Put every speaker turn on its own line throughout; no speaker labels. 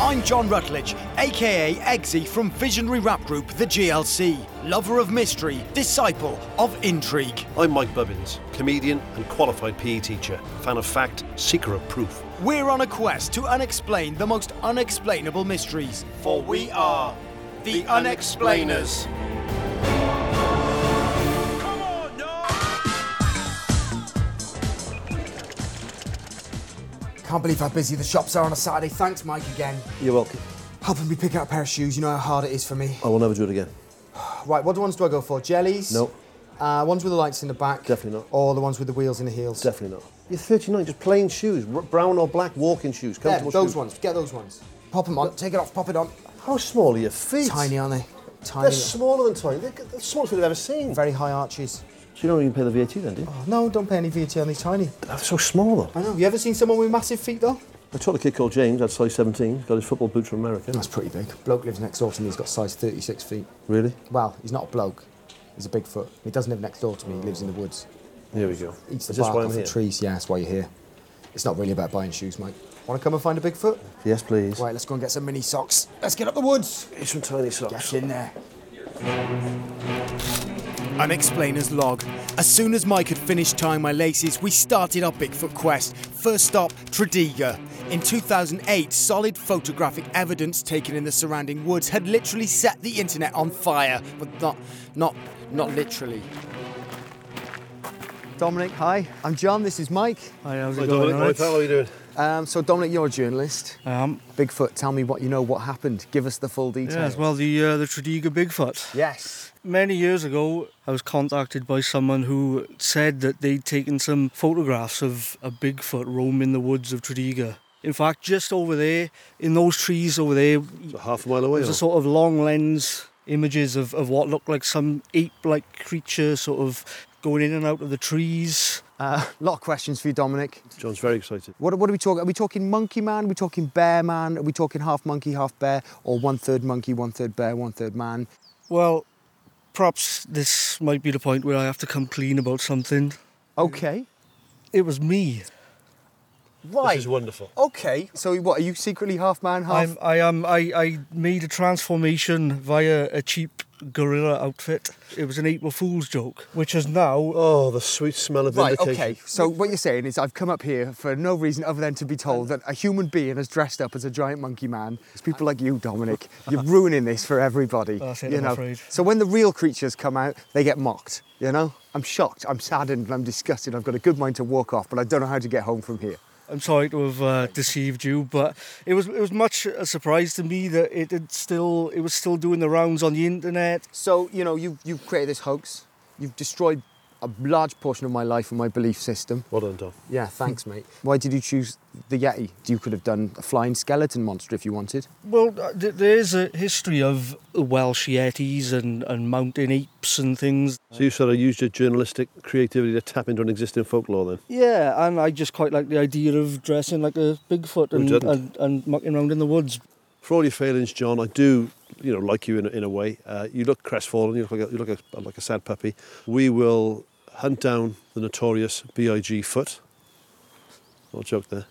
I'm John Rutledge, aka Eggsy from visionary rap group The GLC. Lover of mystery, disciple of intrigue.
I'm Mike Bubbins, comedian and qualified PE teacher, fan of fact, seeker of proof.
We're on a quest to unexplain the most unexplainable mysteries.
For we are the Unexplainers.
Can't believe how busy the shops are on a Saturday. Thanks, Mike, again.
You're welcome.
Helping me pick out a pair of shoes, you know how hard it is for me.
I will never do it again.
Right, what ones do I go for? Jellies?
Nope.
Uh, ones with the lights in the back?
Definitely not.
Or the ones with the wheels and the heels?
Definitely not. You're 39, just plain shoes, r- brown or black walking shoes.
Yeah,
Comfortable
those
shoes.
ones. Get those ones. Pop them on. Take it off. Pop it on.
How small are your feet?
Tiny, aren't they? Tiny.
They're smaller than tiny. They're g- the smallest thing I've ever seen.
Very high arches.
So you don't even pay the VAT then, do you?
Oh, no, don't pay any VAT on these tiny.
They're so small though.
I know. You ever seen someone with massive feet though?
I taught a kid called James, had size 17, got his football boots from America.
That's pretty big. Bloke lives next door to me. He's got size 36 feet.
Really?
Well, he's not a bloke. He's a bigfoot. He doesn't live next door to me. He lives in the woods.
Here we go.
Eats the
Is this
bark
why I'm
off the
here?
trees. Yeah, that's why you're here. It's not really about buying shoes, mate. Want to come and find a bigfoot?
Yes, please.
Right, let's go and get some mini socks. Let's get up the woods.
It's some tiny socks.
Get in there.
Unexplainer's log. As soon as Mike had finished tying my laces, we started our Bigfoot quest. First stop, Tradiga. In 2008, solid photographic evidence taken in the surrounding woods had literally set the internet on fire, but not, not, not literally.
Dominic, hi. I'm John. This is Mike.
Hi, how's
Hi,
it going?
Dominic. Hi, pal. How are you doing?
Um, so, Dominic, you're a journalist.
Um,
Bigfoot, tell me what you know, what happened. Give us the full details.
yes, well, the uh, the Tradiga Bigfoot.
Yes.
Many years ago, I was contacted by someone who said that they'd taken some photographs of a Bigfoot roaming the woods of Tradiga. In fact, just over there, in those trees over there,
It's a half a mile away.
there's a
or-
sort of long lens images of, of what looked like some ape-like creature sort of going in and out of the trees.
A Uh, lot of questions for you, Dominic.
John's very excited.
What, what are we talking? Are we talking monkey man? Are we talking bear man? Are we talking half monkey, half bear? Or one third monkey, one third bear, one third man?
Well, perhaps this might be the point where I have to come clean about something.
Okay.
It was me.
Right.
This is wonderful.
Okay. So, what, are you secretly half man, half
I'm, I am. I, I made a transformation via a cheap gorilla outfit. It was an April Fool's joke, which is now.
Oh, the sweet smell of
Right,
vindication.
okay. So what you're saying is I've come up here for no reason other than to be told that a human being has dressed up as a giant monkey man. It's people like you, Dominic. You're ruining this for everybody.
That's it,
you
I'm
know?
afraid.
So when the real creatures come out, they get mocked, you know? I'm shocked, I'm saddened, and I'm disgusted. I've got a good mind to walk off, but I don't know how to get home from here.
I'm sorry to have uh, deceived you, but it was it was much a surprise to me that it had still it was still doing the rounds on the internet.
So, you know, you, you've created this hoax. You've destroyed a large portion of my life and my belief system.
Well done, Dom.
Yeah, thanks, mate. Why did you choose the Yeti? You could have done a flying skeleton monster if you wanted.
Well, uh, th- there's a history of Welsh yetis and, and mountain apes and things.
So you sort of used your journalistic creativity to tap into an existing folklore then?
Yeah, and I just quite like the idea of dressing like a Bigfoot and,
didn't?
and, and mucking around in the woods.
For all your failings, John, I do, you know, like you in a, in a way. Uh, you look crestfallen. You look like a, you look a, like a sad puppy. We will hunt down the notorious Big Foot. Little joke there.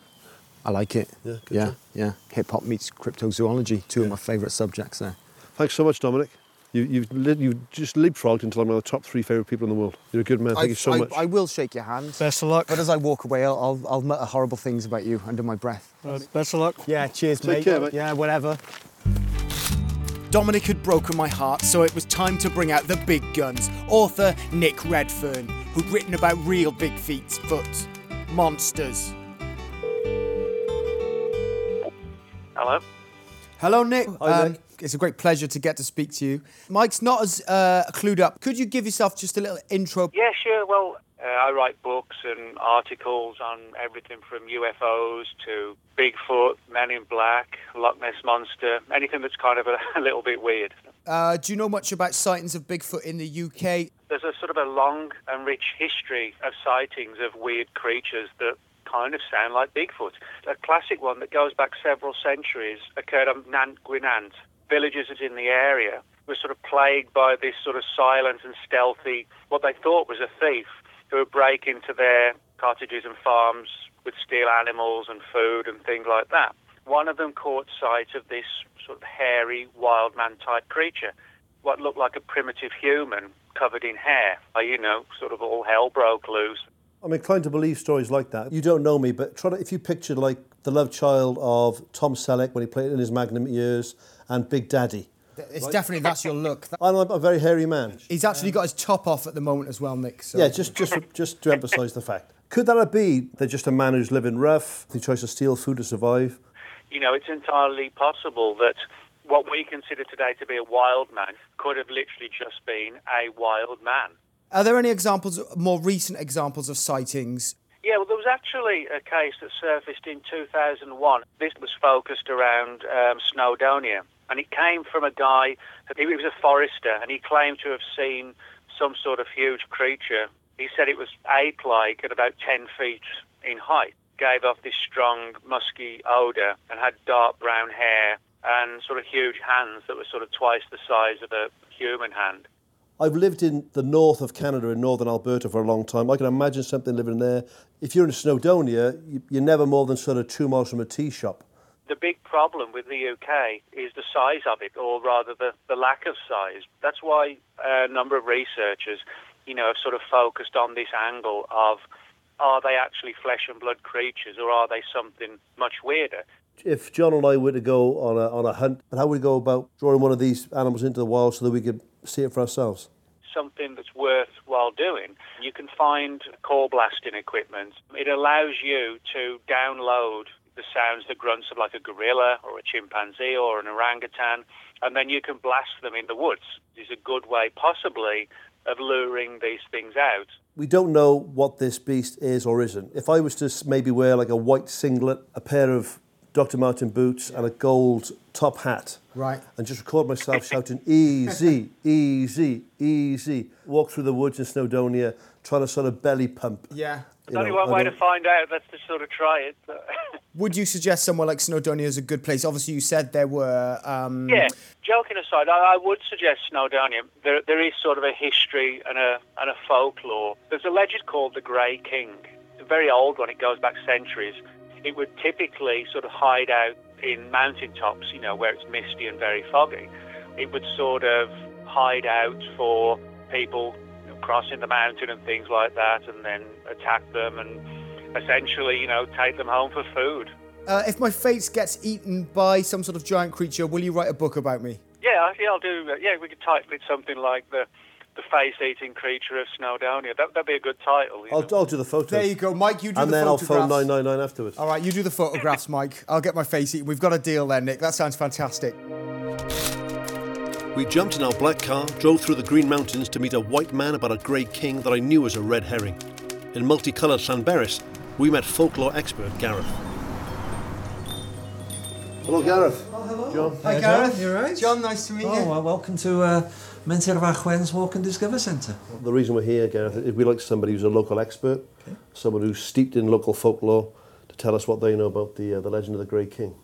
I like it.
Yeah, good
yeah,
job.
yeah. Hip hop meets cryptozoology, two of my favourite subjects there.
Thanks so much, Dominic. You, you've li- you just leapfrogged into like one of the top three favourite people in the world. You're a good man. Thank you so
I,
much.
I will shake your hand,
Best of luck.
but as I walk away, I'll, I'll, I'll mutter horrible things about you under my breath.
Uh, best of luck.
Yeah, cheers,
Take care, mate.
Yeah, whatever.
Dominic had broken my heart, so it was time to bring out the big guns. Author Nick Redfern, who'd written about real big feats, foot monsters.
Hello.
Hello, Nick.
Hi,
Um,
Nick.
It's a great pleasure to get to speak to you. Mike's not as uh, clued up. Could you give yourself just a little intro?
Yeah, sure. Well, uh, I write books and articles on everything from UFOs to Bigfoot, Men in Black, Loch Ness Monster, anything that's kind of a, a little bit weird.
Uh, do you know much about sightings of Bigfoot in the UK?
There's a sort of a long and rich history of sightings of weird creatures that kind of sound like Bigfoot. A classic one that goes back several centuries occurred on Nant Gwynant. Villages in the area were sort of plagued by this sort of silent and stealthy, what they thought was a thief who would break into their cottages and farms with steel animals and food and things like that. One of them caught sight of this sort of hairy, wild man type creature, what looked like a primitive human covered in hair. Uh, You know, sort of all hell broke loose.
I'm inclined to believe stories like that. You don't know me, but try to, if you pictured like the love child of Tom Selleck when he played in his Magnum years and Big Daddy.
It's definitely that's your look. That-
I'm a, a very hairy man.
He's actually got his top off at the moment as well, Nick. So.
Um, Yeah, just just just to emphasise the fact. Could that be they're just a man who's living rough, who tries to steal food to survive?
you know, it's entirely possible that what we consider today to be a wild man could have literally just been a wild man.
Are there any examples, more recent examples of sightings?
Yeah, well, there was actually a case that surfaced in 2001. This was focused around um, Snowdonia, and it came from a guy. He was a forester, and he claimed to have seen some sort of huge creature. He said it was ape-like at about 10 feet in height, gave off this strong, musky odor, and had dark brown hair and sort of huge hands that were sort of twice the size of a human hand.
I've lived in the north of Canada, in northern Alberta, for a long time. I can imagine something living there. If you're in Snowdonia, you- you're never more than sort of two miles from a tea shop.
the big problem with the UK is the size of it, or rather the, the lack of size. That's why a number of researchers, you know, have sort of focused on this angle of are they actually flesh and blood creatures, or are they something much weirder?
If John and I were to go on a, on a hunt, how would we go about drawing one of these animals into the wild so that we could see it for ourselves?
something that's worthwhile doing, you can find core blasting equipment. It allows you to download the sounds, the grunts of like a gorilla or a chimpanzee or an orangutan, and then you can blast them in the woods. It's a good way, possibly, of luring these things out.
We don't know what this beast is or isn't. If I was to s- maybe wear like a white singlet, a pair of Dr. Martin boots, and a gold top hat,
Right.
and just record myself shouting easy, easy, easy, walk through the woods in Snowdonia, trying to sort of belly pump.
Yeah.
You
There's only
know,
one
I
way to
don't-
find out, that's to sort of try it. but-
Would you suggest somewhere like Snowdonia is a good place? Obviously, you said there were. Um,
Yeah, joking aside, I, I would suggest Snowdonia. There, there is sort of a history and a and a folklore. There's a legend called the Grey King. It's a very old one. It goes back centuries. It would typically sort of hide out in mountaintops, you know, where it's misty and very foggy. It would sort of hide out for people you know, crossing the mountain and things like that, and then attack them and essentially, you know, take them home for food.
Uh, if my face gets eaten by some sort of giant creature, will you write a book about me?
Yeah, I- yeah, I'll do. uh, Yeah, we could title it something like the the face-eating creature of Snowdonia. That that'd be a good title. you know.
I'll, I'll do the photos.
There you go, Mike. You do
And
the
then I'll
photographs.
phone 999 afterwards.
All right, you do the photographs, Mike. I'll get my face eaten. We've got a deal there, Nick. That sounds fantastic.
We jumped in our black car, drove through the Green Mountains to meet a white man about a grey king that I knew was a red herring. In multicoloured Llanberis, we met folklore expert Gareth.
Hello, Gareth.
Oh,
John.
Hi,
Gareth. You all right?
John, nice to meet
Oh, well, welcome to uh, Mentir Wachwen's Walk and Discover Centre.
The reason we're here, Gareth, is we like somebody who's a local expert, someone who's steeped in local folklore, to tell us what they know about the uh, the legend of the Grey King.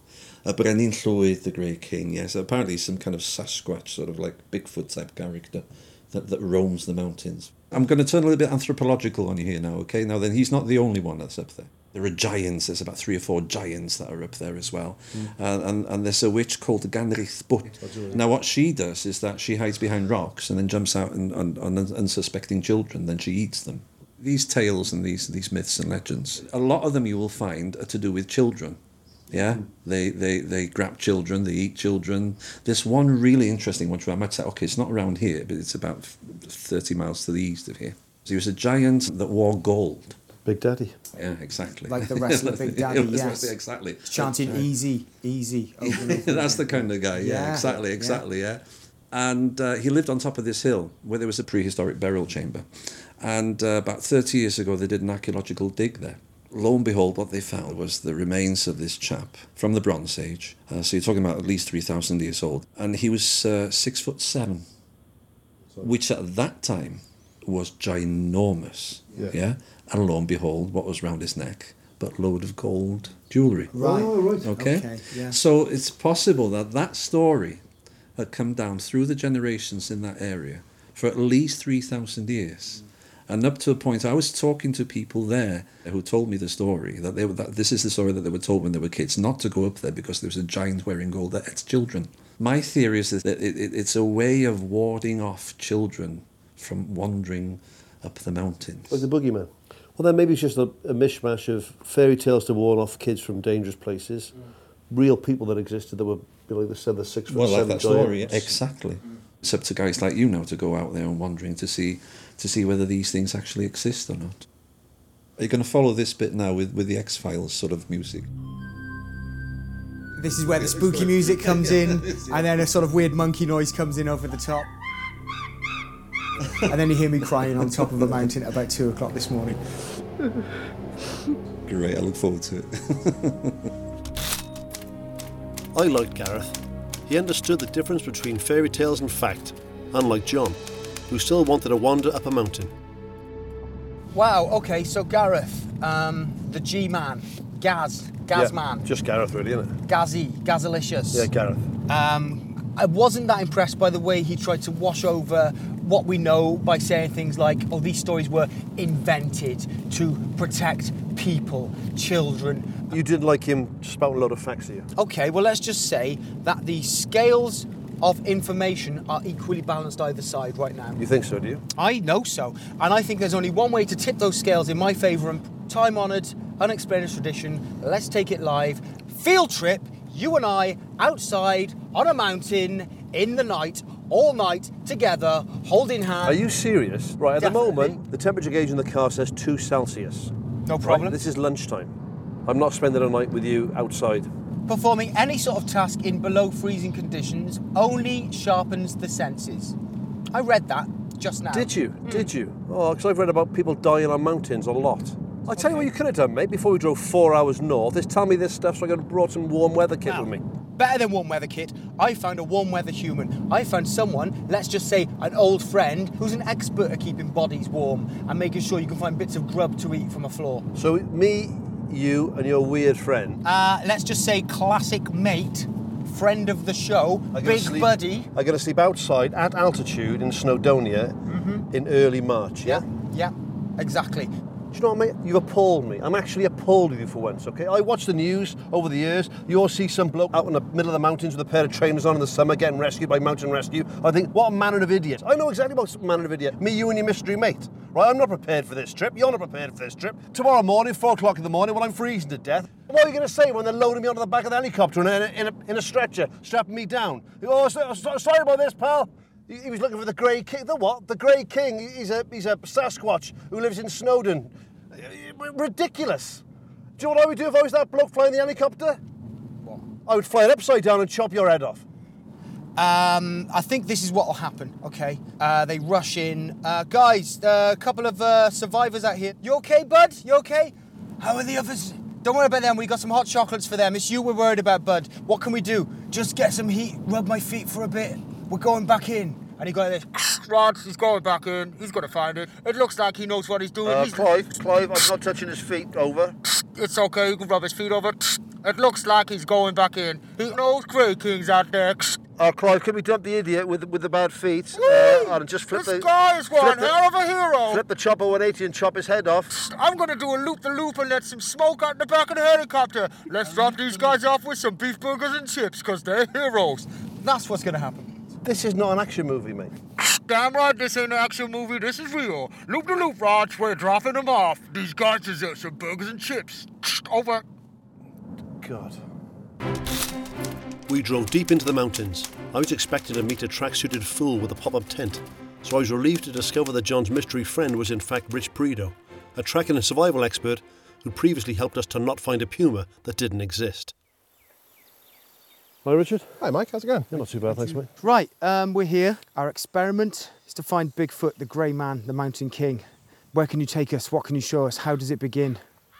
Uh, Brenin Llwyd, the Grey King, yes. Apparently he's some kind of Sasquatch, sort of like Bigfoot type character that, that roams the mountains. I'm going to turn a little bit anthropological on you here now, okay? Now then, he's not the only one that's up there. There are giants, there's about three or four giants that are up there as well. Uh, and, and there's a witch called Ganrith Butt. Now, what she does is that she hides behind rocks and then jumps out on, on, on unsuspecting children, then she eats them. These tales and these, these myths and legends, a lot of them you will find are to do with children. Yeah, they, they, they grab children, they eat children. This one really interesting one, which I might say, okay, it's not around here, but it's about 30 miles to the east of here. So he was a giant that wore gold.
Big Daddy.
Yeah, exactly.
Like the wrestler Big Daddy,
It was-
yes.
Exactly.
Chanting easy, easy. Over and over.
That's the kind of guy, yeah,
Yeah,
exactly,
yeah.
exactly, yeah. And uh, he lived on top of this hill where there was a prehistoric burial chamber. And uh, about 30 years ago, they did an archaeological dig there. Lo and behold, what they found was the remains of this chap from the Bronze Age. Uh, so you're talking about at least 3,000 years old. And he was uh, six foot seven, which at that time was ginormous. Yeah. And lo and behold, what was round his neck? But load of gold jewellery.
Right.
Okay.
Okay, yeah.
So it's possible that that story had come down through the generations in that area for at least 3,000 years. And up to a point, I was talking to people there who told me the story that they were that this is the story that they were told when they were kids not to go up there because there was a giant wearing gold that eats children. My theory is that it, it, it's a way of warding off children from wandering up the mountains.
Like the boogeyman. Well, then maybe it's just a, a mishmash of fairy tales to warn off kids from dangerous places,
Mm.
real people that existed that were, you know, like they said, the six foot
well, like
seven
that
giants.
story, yeah. exactly. It's up to guys like you now to go out there and wandering to see to see whether these things actually exist or not. Are you going to follow this bit now with, with the X Files sort of music?
This is where the spooky music comes in, and then a sort of weird monkey noise comes in over the top. And then you hear me crying on top of a mountain at about two o'clock this morning.
Great, I look forward to it.
I liked Gareth. He understood the difference between fairy tales and fact, unlike John, who still wanted to wander up a mountain.
Wow, okay, so Gareth, um, the G Man, Gaz, Gazman,
Yeah, just Gareth, really, isn't it?
Gazzy, Gazalicious.
Yeah, Gareth.
Um, I wasn't that impressed by the way he tried to wash over what we know by saying things like, oh, these stories were invented to protect people, children.
You didn't like him spouting a lot of facts to you.
Okay, well, let's just say that the scales of information are equally balanced either side right now.
You think so, do you?
I know so. And I think there's only one way to tip those scales in my favour and time honoured, unexplained tradition. Let's take it live. Field trip, you and I outside on a mountain in the night, all night together, holding hands.
Are you serious? Right, at
Definitely.
the moment, the temperature gauge in the car says 2 Celsius.
No problem.
Right, this is lunchtime. I'm not spending a night with you outside.
Performing any sort of task in below freezing conditions only sharpens the senses. I read that just now.
Did you? Did you? Oh, because I've read about people dying on mountains a lot. I tell you what you could have done, mate, before we drove four hours north, is tell me this stuff so I could have brought some warm weather kit with me.
Better than warm weather kit, I found a warm weather human. I found someone, let's just say an old friend, who's an expert at keeping bodies warm and making sure you can find bits of grub to eat from a floor.
So me, you, and your weird friend.
Uh, let's just say classic mate, friend of the show,
are gonna
big
sleep-
buddy.
Are going to sleep outside at altitude in Snowdonia in early March. Yeah.
Mm-hmm. Yeah, exactly.
Do you know what, mate? You've appalled me. I'm actually appalled with you for once, okay? I watch the news over the years. You all see some bloke out in the middle of the mountains with a pair of trainers on in the summer getting rescued by mountain rescue. I think, what a manner of idiot. I know exactly what manner of idiot. Me, you, and your mystery mate. Right, I'm not prepared for this trip. You're not prepared for this trip. Tomorrow morning, four o'clock in the morning, when I'm freezing to death. What are you going to say when they're loading me onto the back of the helicopter in a, in a, in a stretcher, strapping me down? Oh, so, so- sorry about this, pal. He he was looking for the Grey King. The what? The Grey King. He's a he's a Sasquatch who lives in Snowdon. R- Ridiculous. Do you know what I would do if I was that bloke flying the helicopter? I would fly it upside down and chop your head off.
Um, I think this is what will happen, okay? Uh, they rush in. Uh, guys, a couple of uh, survivors out here. You okay, bud? You okay? How are the others? Don't worry about them. We got some hot chocolates for them. It's you we're worried about, bud. What can we do? Just get some heat, rub my feet for a bit. We're going back in. And he got this. Lads, he's going back in. He's going to find it. It looks like he knows what he's doing. he's
Uh, Clive, I'm not touching his feet. Over.
it's okay, you can rub his feet over. It looks like he's going back in. He knows Grey King's out there.
Uh, Clive, can we dump the idiot with with the bad feet? uh, and just flip the
guy's
flip one the- hell
of a hero.
flip the chopper 180 and chop his head off.
I'm gonna do a loop the loop and let some smoke out the back of the helicopter. Let's drop these guys off with some beef burgers and chips, cause they're heroes. That's what's gonna happen.
This is not an action movie, mate.
Damn right, this ain't an action movie, this is real. Loop the loop, Raj, we're dropping them off. These guys deserve some burgers and chips. Over.
God.
We drove deep into the mountains. I was expecting to meet a tracksuited fool with a pop up tent, so I was relieved to discover that John's mystery friend was in fact Rich Predo, a tracking and survival expert who previously helped us to not find a puma that didn't exist.
Hi, Richard.
Hi, Mike. How's it going?
You're not too bad, thanks, mate.
Right, um, we're here. Our experiment is to find Bigfoot, the grey man, the mountain king. Where can you take us? What can you show us? How does it begin?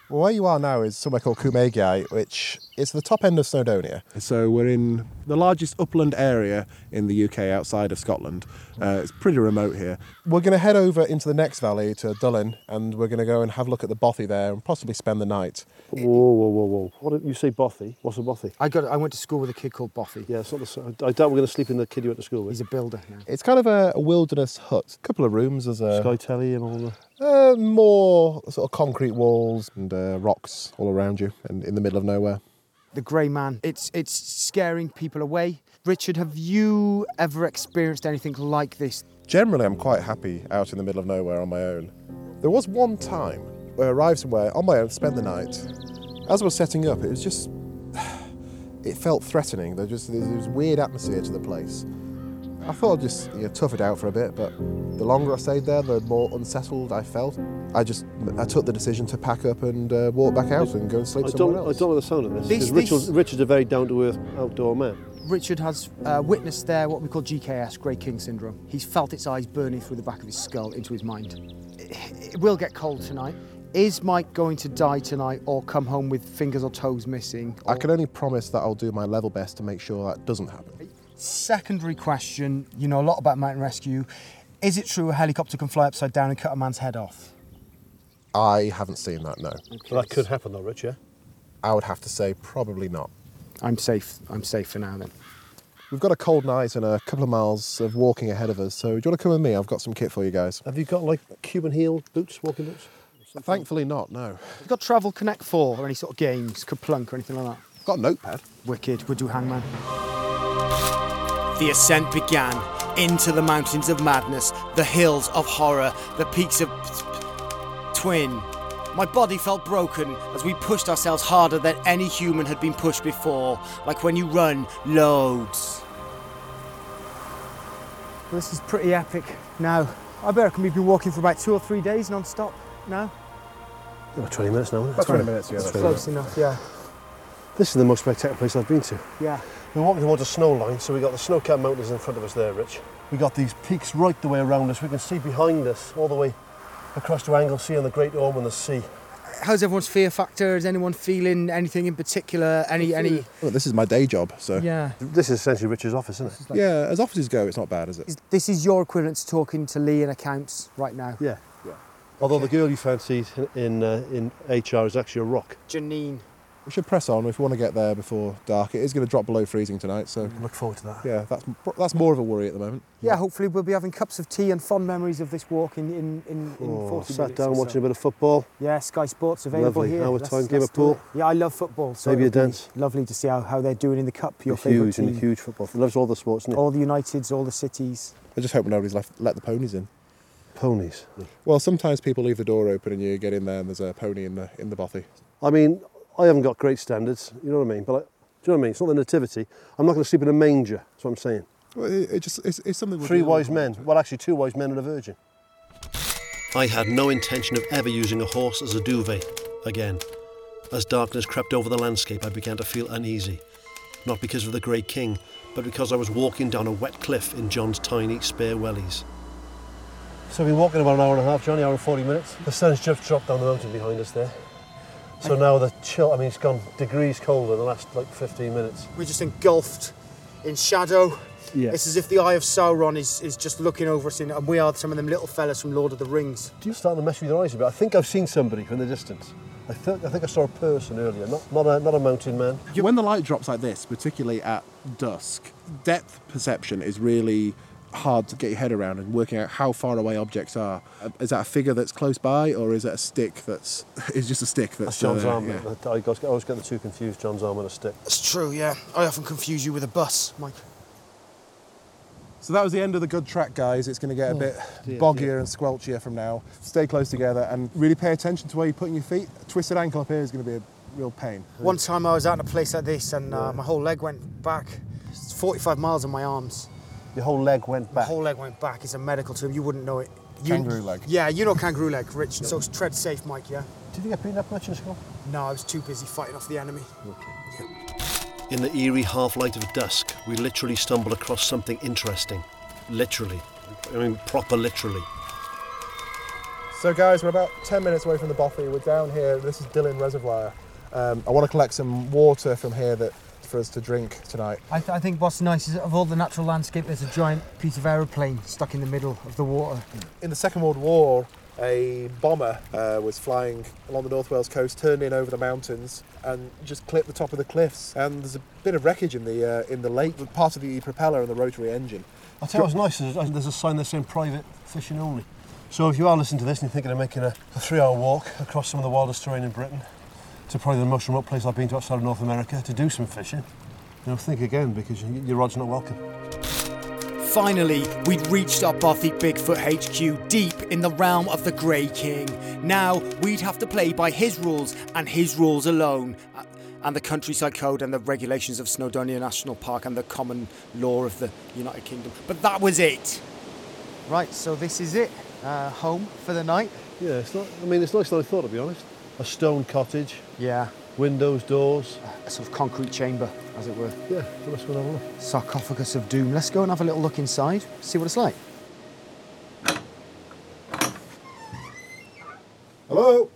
Well, where you are now is somewhere called Kumegai, which
It's the top end of Snowdonia.
So we're in the largest upland area in the UK outside of Scotland. Uh, it's pretty remote here.
We're going to head over into the next valley to Dullin and we're going to go and have a look at the bothy there and possibly spend the night.
Whoa, whoa, whoa, whoa. What did you say, bothy? What's a bothy?
I got. I went to school with a kid called Boffy.
Yeah, it's not the, s- I doubt we're going to sleep in the kid you went to school with.
He's a builder now.
It's kind of a, a wilderness hut. A couple of rooms as a.
Sky telly and all the.
Uh, more sort of concrete walls and uh, rocks all around you and in the middle of nowhere.
The Grey Man. It's it's scaring people away. Richard, have you ever experienced anything like this?
Generally, I'm quite happy out in the middle of nowhere on my own. There was one time where I arrived somewhere on my own, spent the night. As I was setting up, it was just. It felt threatening. There just there was a weird atmosphere to the place. I thought I'd just you know, tough it out for a bit, but the longer I stayed there, the more unsettled I felt. I just I took the decision to pack up and uh, walk back out and go and sleep
I
somewhere
don't,
else.
I don't know the sound of this.
This-
This, Richard's, Richard's a very down to earth outdoor man.
Richard has uh, witnessed there what we call GKS, Grey King Syndrome. He's felt its eyes burning through the back of his skull into his mind. It it will get cold tonight. Is Mike going to die tonight or come home with fingers or toes missing?
I can only promise that I'll do my level best to make sure that doesn't happen.
Secondary question you know a lot about mountain rescue. Is it true a helicopter can fly upside down and cut a man's head off?
I haven't seen that, no.
Well, that could happen though, Rich, yeah?
I would have to say probably not.
I'm safe. I'm safe for now then.
We've got a cold night and a couple of miles of walking ahead of us, so do you want to come with me? I've got some kit for you guys.
Have you got like Cuban heel boots, walking boots?
Thankfully not, no.
You got Travel Connect 4 or any sort of games, Kaplunk or anything like that?
Got a notepad.
Wicked. Would do Hangman.
The ascent began into the mountains of madness, the hills of horror, the peaks of twin. My body felt broken as we pushed ourselves harder than any human had been pushed before, like when you run loads.
Well, this is pretty epic now. I reckon we've been walking for about two or three days non stop now.
About 20 minutes now. isn't it?
About 20 minutes, yeah, that's close enough, yeah.
This is the most spectacular place I've been to.
Yeah.
We're walking towards a snow line, so we got the snow capped mountains in front of us there, Rich. We got these peaks right the way around us. We can see behind us all the way across to Anglesey and the Great Ormond and the sea.
How's everyone's fear factor? Is anyone feeling anything in particular? Any, any?
Well, this is my day job, so.
Yeah.
This is essentially Richard's office, isn't it?
like-
Yeah, as offices go, it's not bad, is it?
This is your equivalent to talking to Lee in accounts right now.
Yeah. Although the girl you fancied in, uh, in HR is actually a rock.
Janine.
We should press on if we want to get there before dark. It is going to drop below freezing tonight, so.
Mm, Look forward to that.
Yeah, that's, that's more of a worry at the moment.
Yeah, hopefully we'll be having cups of tea and fond memories of this walk in, in, in, in
Oh,
40
sat
minutes
down
or so.
watching a bit of football.
Yeah, Sky Sports available
Lovely.
here.
Hour
Let's-
time, game
let's
of
do it.
pool.
Yeah, I love football. So
Maybe a
it'd be
dance.
Lovely to see how, how they're doing in the cup. Your
Huge
favourite
and
team.
huge football. Loves all the sports, doesn't he?
All the Uniteds, all the cities.
I just hope nobody's left let the ponies in.
Ponies.
Well, sometimes people leave the door open and you get in there and there's a pony in the in the bothy.
I mean, I haven't got great standards, you know what I mean? But like, do you know what I mean? It's not the nativity. I'm not going to sleep in a manger, that's what I'm saying.
Well, it, it just it's, it's something. we'll
Three
do.
wise men. Well, actually, two wise men and a virgin.
I had no intention of ever using a horse as a duvet again. As darkness crept over the landscape, I began to feel uneasy. Not because of the Grey King, but because I was walking down a wet cliff in John's tiny spare wellies.
So we've been walking about an hour and a half, Johnny, hour and 40 minutes. The sun's just dropped down the mountain behind us there. So now the chill, I mean, it's gone degrees colder in the last like 15 minutes.
We're just engulfed in shadow.
Yeah.
It's as if the eye of Sauron is, is just looking over us, in, and we are some of them little fellas from Lord of the Rings.
Do you start to mess with your eyes a bit? I think I've seen somebody from the distance. I, think I think I saw a person earlier, not, not, a, not a mountain man.
When the light drops like this, particularly at dusk, depth perception is really hard to get your head around and working out how far away objects are. Uh, Is that a figure that's close by, or is it a stick that's is just a stick that's
That's John's
uh,
arm.
yeah.
I always I always get the two confused, John's arm and a stick.
That's true, yeah. I often confuse you with a bus, Mike.
So that was the end of the good track, guys. It's going to get a
Oh,
bit
dear,
boggier
dear.
and squelchier from now. Stay close together and really pay attention to where you're putting your feet. A twisted ankle up here is going to be a real pain.
One time I was out in a place like this, and uh, my whole leg went back. It's 45 miles on my arms.
Your whole leg went
My whole leg went back. It's a medical term. You wouldn't know it. You,
Kangaroo leg.
Yeah, you know kangaroo leg, Rich. So tread safe, Mike, yeah?
Did you get beaten up much in school?
No, I was too busy fighting off the enemy.
In the eerie half light of dusk, we literally stumbled across something interesting. Literally. I mean, proper literally.
So, guys, we're about 10 minutes away from the Bothy. We're down here. This is Dillon Reservoir.
Um, I want to collect some water from here that for us to drink tonight.
I, th- I think what's nice is of all the natural landscape, there's a giant piece of aeroplane stuck in the middle of the water.
In the Second World War, a bomber uh, was flying along the North Wales coast, turned in over the mountains, and just clipped the top of the cliffs. And there's a bit of wreckage in the uh, in the lake, with part of the propeller and the rotary engine.
I tell you what's nice is there's a sign there saying private fishing only. So if you are listening to this and you're thinking of making a, a three-hour walk across some of the wildest terrain in Britain to probably the most remote place I've been to outside of North America to do some fishing, you know, think again because y- your rod's not welcome.
Finally, we'd reached our Bothy Bigfoot HQ deep in the realm of the Grey King. Now, we'd have to play by his rules and his rules alone, uh, and the countryside code and the regulations of Snowdonia National Park and the common law of the United Kingdom. But that was it.
Right, so this is it. Uh, home for the night.
Yeah, it's not. I mean, it's nicer than I thought, to be honest. A stone cottage.
Yeah.
Windows, doors.
A sort of concrete chamber, as it were.
Yeah, let's go and have a look.
Sarcophagus of Doom. Let's go and have a little look inside, see what it's like.
Hello.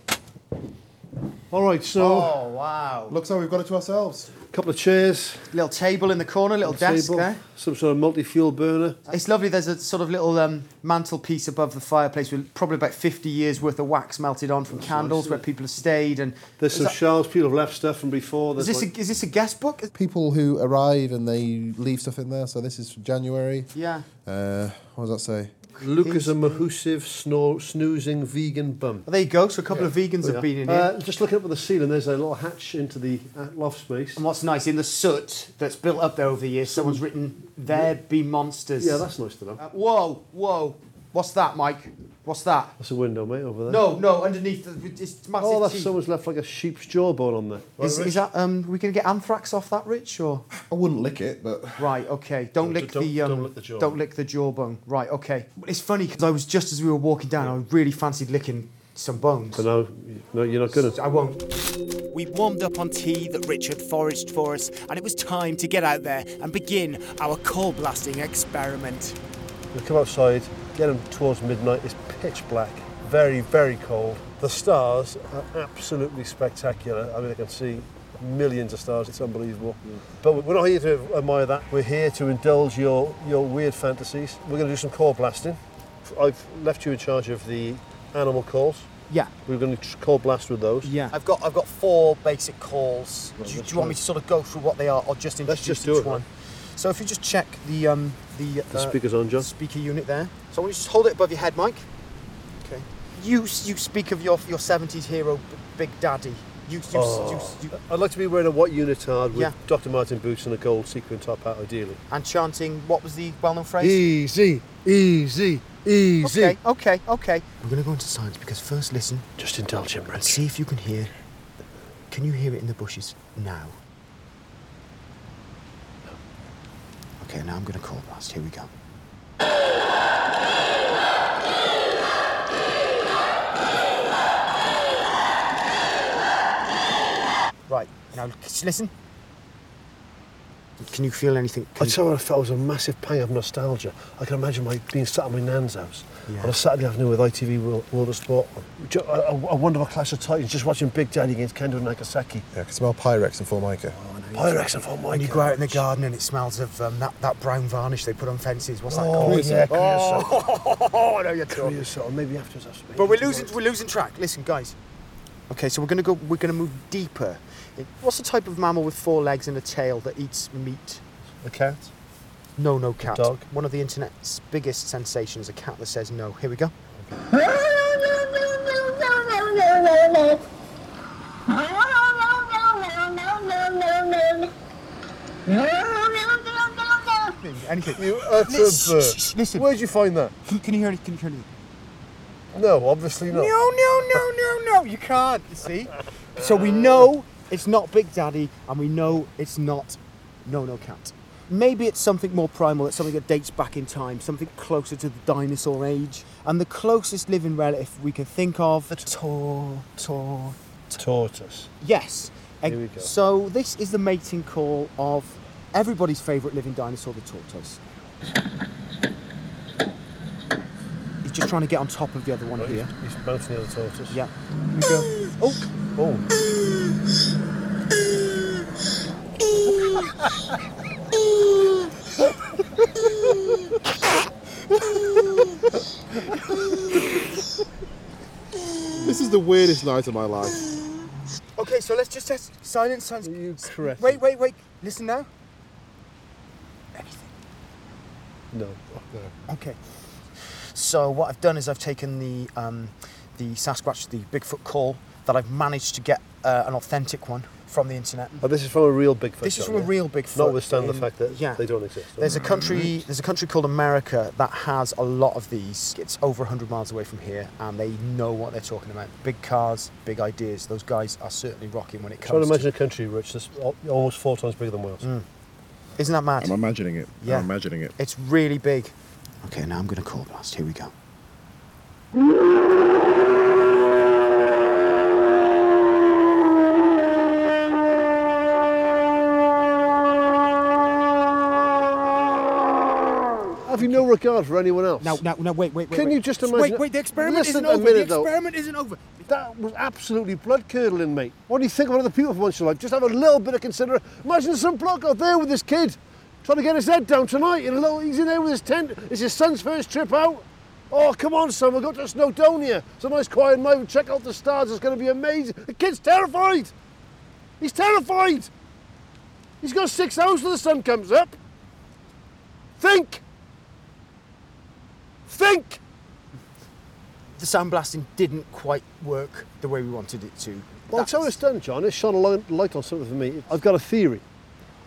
All right, so
Oh, wow.
Looks like we've got it to ourselves.
a couple of chairs,
Little table in the corner, little desk eh?
table,
there.
some sort of multi-fuel burner.
It's lovely. There's a sort of little um, mantelpiece above the fireplace with probably about 50 years worth of wax melted on from candles
isn't
where
it?
people have stayed. And
There's
Is
some
that-
shelves. People have left stuff from before.
is
There's
this
like-
a, is this a guest book?
People who arrive and they leave stuff in there. So this is from January.
Yeah.
Uh, what does that say?
Lucas a Mahusiv snor- snoozing vegan bum.
Oh, there you go. So a couple of vegans
There
have
we
been in
are.
here.
Uh, just looking up at the ceiling, there's a little hatch into the uh, loft space.
And what's nice, in the soot that's built up there over the years, someone's written, There be monsters.
Yeah, that's nice to know.
Uh, whoa, whoa. What's that, Mike? What's that?
That's a window, mate, over there.
No, no, underneath. The, it's massive.
Oh, that's
teeth.
someone's left like a sheep's jawbone on there.
Is, is that um? We gonna get anthrax off that, Rich? Or
I wouldn't lick it, but
right, okay. Don't
No,
lick
don't-
the um.
don't lick the jawbone.
Don't lick the jawbone. Right, okay. But It's funny because I was just as we were walking down, I really fancied licking some bones.
But no, no, you're not gonna.
I won't.
We warmed up on tea that Richard foraged for us, and it was time to get out there and begin our coal blasting experiment.
We come outside, get them towards midnight. It's pitch black, very, very cold. The stars are absolutely spectacular. I mean, I can see millions of stars. It's unbelievable.
Mm.
But we're not here to admire that. We're here to indulge your your weird fantasies. We're going to do some core blasting. I've left you in charge of the animal calls.
Yeah.
We're going to core blast with those.
Yeah. I've got I've got four basic calls. Do, you- do you want me to sort of go through what they are, or just introduce
just do
each
it,
one?
man.
So if you just check the um the,
The speaker's on, John.
speaker unit there. So I want you to just hold it above your head, Mike. Okay. You s- you speak of your your seventies hero, B- Big Daddy. You you, s- you, s- you
I'd like to be wearing a white unitard with
Yeah.
Dr. Martin boots and a gold sequin top hat, ideally.
and chanting what was the well-known phrase?
Easy, easy, easy.
Okay, okay, okay. We're gonna go into science because first listen.
Just indulge him, Rich.
See if you can hear. Can you hear it in the bushes now? Okay, now I'm gonna call blast. Here we go. Right, now just listen. Can you feel anything?
I
Can you-
tell you what I felt was a massive pang of nostalgia. I can imagine my being sat at my nan's house
Yeah.
on a Saturday afternoon with ITV World, World of Sport, on. Ju- a, a, a wonderful clash of titans, just watching Big Daddy against Kendo Nagasaki. Oh,
Yeah, I can smell Pyrex and Formica.
Pyrex and Von
When you
Michael.
go out in the garden and it smells of um, that, that brown varnish they put on fences, what's that
Oh,
called?
yeah,
oh, I know you're talking.
Creosote, or maybe afterwards I'll speak
But we're
to you
losing,
about
we're losing track. Listen, guys. Okay, so we're gonna go. We're gonna move deeper. It- What's the type of mammal with four legs and a tail that eats meat?
it. A cat?
No, no cat.
dog?
One of the internet's biggest sensations. A cat that says no. Here we go. Anything.
You utter
Listen,
bird.
shh, shh, listen.
Where'd you find that?
Can, can you hear it? Can you hear anything?
No, obviously not.
No, no, no, no, no. You can't. You see. So we know it's not Big Daddy, and we know it's not No No Cat. Maybe it's something more primal. It's something that dates back in time, something closer to the dinosaur age. And the closest living relative we can think of, the tor, tor.
Tortoise.
Yes.
Here we go.
So this is the mating call of everybody's favourite living dinosaur, the tortoise. He's He's just trying to get on top of the other one here.
He's bouncing the other tortoise.
Yeah. Here we go. Oh.
This is the weirdest night of my life.
Okay, so let's just test silence. Sounds. You correct. Wait, wait, wait. Listen now.
No.
Okay. So what I've done is I've taken the um, the Sasquatch, the Bigfoot call that I've managed to get uh, an authentic one from the internet.
Oh, this is from a real Bigfoot.
This is
John,
from a
yeah?
real Bigfoot.
Notwithstanding the
in-
fact that
yeah.
they don't exist. Oh, Mm.
There's a
Right.
country. There's a country called America that has a lot of these. It's over 100 miles away from here, and they know what they're talking about. Big cars, big ideas. Those guys are certainly rocking when it
Try to
comes.
imagine a country which is al- almost four times bigger than Wales.
Mm.
Isn't that mad?
I'm imagining it.
Yeah.
I'm imagining it.
It's really big. Okay, now I'm going to call blast. Here we go.
Have you no regard for anyone else?
Now, now, now, wait, wait, wait.
Can
wait.
you just
Wait,
imagine?
wait, the experiment isn't
Listen a
over. The
Minute, though.
experiment isn't over.
That was absolutely blood curdling, mate. What do you think of another people for once in your life? Just have a little bit of consideration. Imagine some bloke out there with his kid trying to get his head down tonight. In a little, he's in there with his tent. It's his son's first trip out. Oh, come on, son, we've got to Snowdonia. It's a nice quiet night. Check out the stars. It's going to be amazing. The kid's terrified. He's terrified. He's got six hours till the sun comes up. Think. Think.
The sandblasting didn't quite work the way we wanted it to.
Well, that's how it's done, John. It's shone a li- light on something for me. I've got a theory.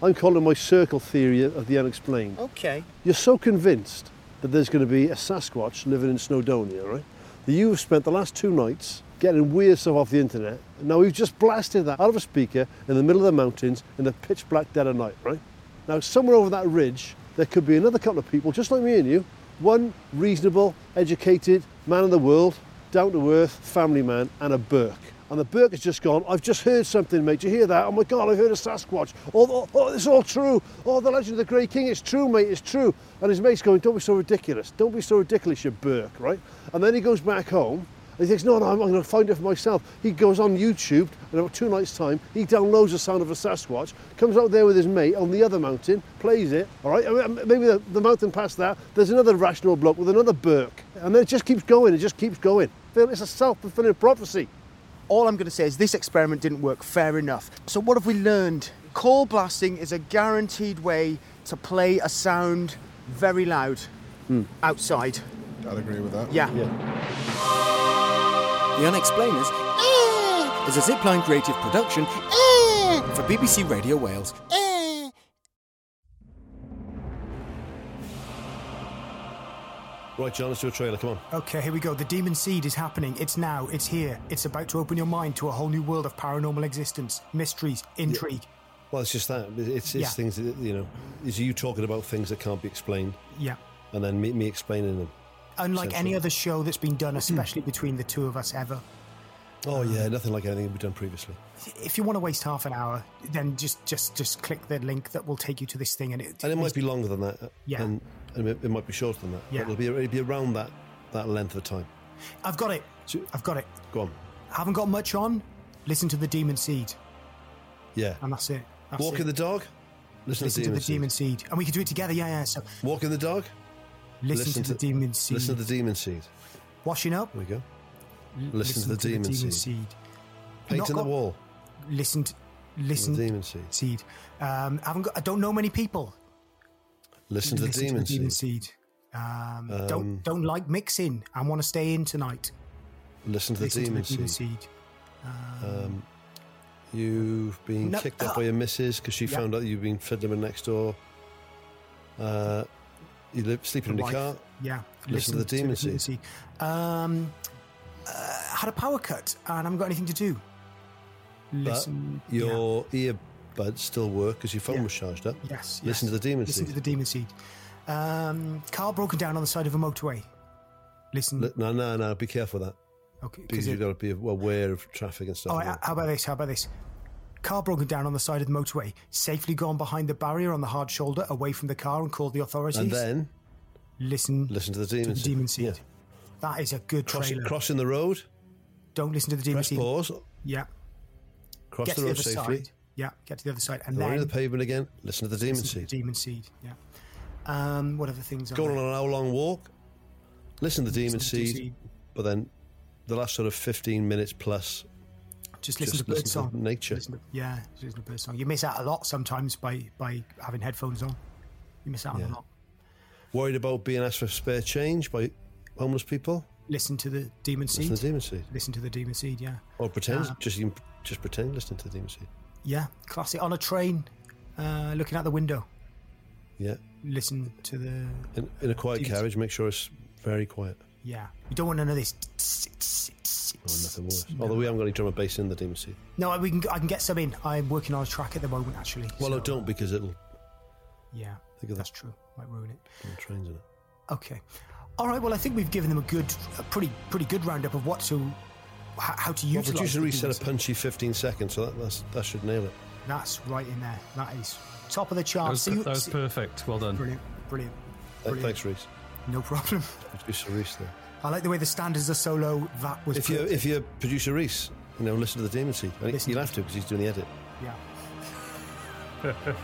I'm calling my circle theory of the unexplained.
Okay.
You're so convinced that there's going to be a Sasquatch living in Snowdonia, right? That you've spent the last two nights getting weird stuff off the internet. Now we've just blasted that out of a speaker in the middle of the mountains in the pitch black dead of night, right? Now somewhere over that ridge, there could be another couple of people just like me and you. One reasonable, educated man of the world, down to earth, family man, and a Burke. And the Burke has just gone, I've just heard something, mate. Do you hear that? Oh my God, I heard a Sasquatch. Oh, oh, oh it's all true. Oh, the legend of the Grey King, it's true, mate, it's true. And his mate's going, Don't be so ridiculous. Don't be so ridiculous, you Burke, right? And then he goes back home and he thinks, No, no, I'm, I'm going to find it for myself. He goes on YouTube, and about two nights' time, he downloads the sound of a Sasquatch, comes out there with his mate on the other mountain, plays it, all right? I mean, maybe the, the mountain past that, there's another rational bloke with another Burke. And then it just keeps going, it just keeps going. Phil, It's a self fulfilling prophecy.
All I'm going to say is this experiment didn't work. Fair enough. So what have we learned? Call blasting is a guaranteed way to play a sound very loud outside.
I'd agree with that.
Yeah.
The Unexplainers is a Zipline Creative production for BBC Radio Wales.
Right, John, let's do a trailer. Come on.
Okay, here we go. The demon seed is happening. It's now. It's here. It's about to open your mind to a whole new world of paranormal existence, mysteries, intrigue.
Well, it's just that. It's, it's
Yeah.
things that, you know, is you talking about things that can't be explained
Yeah.
and then me, me explaining them.
Unlike any
Essentially.
other show that's been done, especially between the two of us ever.
Oh, yeah, nothing like anything we've done previously.
If you want to waste half an hour, then just just just click the link that will take you to this thing, and it
And it might be longer than that. uh,
Yeah.
And, and it, it might be shorter than that. but
Yeah.
It'll be, it'll be around that, that length of time.
I've got it. I've got it.
Go on.
haven't got much on. Listen to the demon seed,
Yeah.
and that's it. That's
Walk
it.
in the dog. Listen,
Listen
to the demon. seed.
demon seed. and we can do it together. Yeah, yeah. So
Walk in the dog.
listen, to, the demon seed.
Listen to the demon seed.
Washing up.
There we go. Listen, to the demon, seed.
Not
Paint on the
got-
wall.
Listen. To, listen.
The demon seed.
seed. Um, haven't got. I don't know many people.
Listen to the demon seed.
seed. Um,
Um,
don't don't like mixing. I want to stay in tonight.
Listen to the
Listen
demon
to the demon
seed.
seed.
Um, you've been
No.
kicked out by your missus because she
Yeah.
found out you've been fiddling with next door. Uh, you live sleeping in the
wife.
car.
Yeah.
Listen to the demon seed.
Um, uh, had a power cut and I haven't got anything to do. Listen.
but your earbuds still work because your phone was charged up.
Yes.
Listen
yes.
to the demon
Listen
seed.
to the demon seed. Um, car broken down on the side of a motorway. Listen.
Li- no, no, no. Be careful of that
okay. 'cause
because
it-
you've got to be aware of traffic and stuff.
Oh,
All
like
right,
that.
how about this? How about this? Car broken down on the side of the motorway. Safely gone behind the barrier on the hard shoulder, away from the car, and called the authorities.
and then
listen,
listen to the demon
to the
seed.
demon seed.
That is a good
Crossing,
trailer.
crossing the road.
Don't listen to the
Press
DVD.
pause.
Yeah.
Cross
Get
the
to the
road
other
safely.
side. Yeah, get to the other side, and
And then, the
then
pavement again. Listen to the demon seed.
demon seed. Yeah. Um, what other things? Are
Going
there?
on an hour-long walk. Listen to the demon seed, but then the last sort of fifteen minutes plus.
Just listen to birdsong.
nature.
Yeah, just listen to bird song. You miss out a lot sometimes by by having headphones on. You miss out on
Yeah.
a lot.
Worried about being asked for spare change by homeless people.
Listen to the demon seed.
Listen to the demon seed.
Listen to the demon seed. Yeah.
Or pretend,
Um,
just you can just pretend listening to the demon seed.
Yeah, classic. On a train, uh, looking out the window,
Yeah,
listen to the.
in, in a quiet
Demon
carriage, make sure it's very quiet.
Yeah, you don't want none of this.
Oh, nothing worse. Although we haven't got any drum and bass in the demon seed.
No, I- we can. I can get some in. I'm working on a track at the moment, actually.
Well, I don't because it'll
Yeah,
think of
that's true. Might ruin it.
the trains in it.
Okay. All right. Well, I think we've given them a good, a pretty, pretty good roundup of what to, h- how to
Well,
use.
producer Reese said a punchy 15 seconds, so that that's, that should nail it.
That's right in there. That is top of the
That
charts.
was,
See you-
that was
see-
perfect. Well done.
Brilliant. Brilliant.
Th-
Brilliant.
Thanks, Reese.
No problem.
Producer Reese there.
I like the way the standards are so low. That was.
If you're,
perfect.
if you're producer Reese, you know, listen to the demon seed. And You'll have to because he's doing the edit.
Yeah.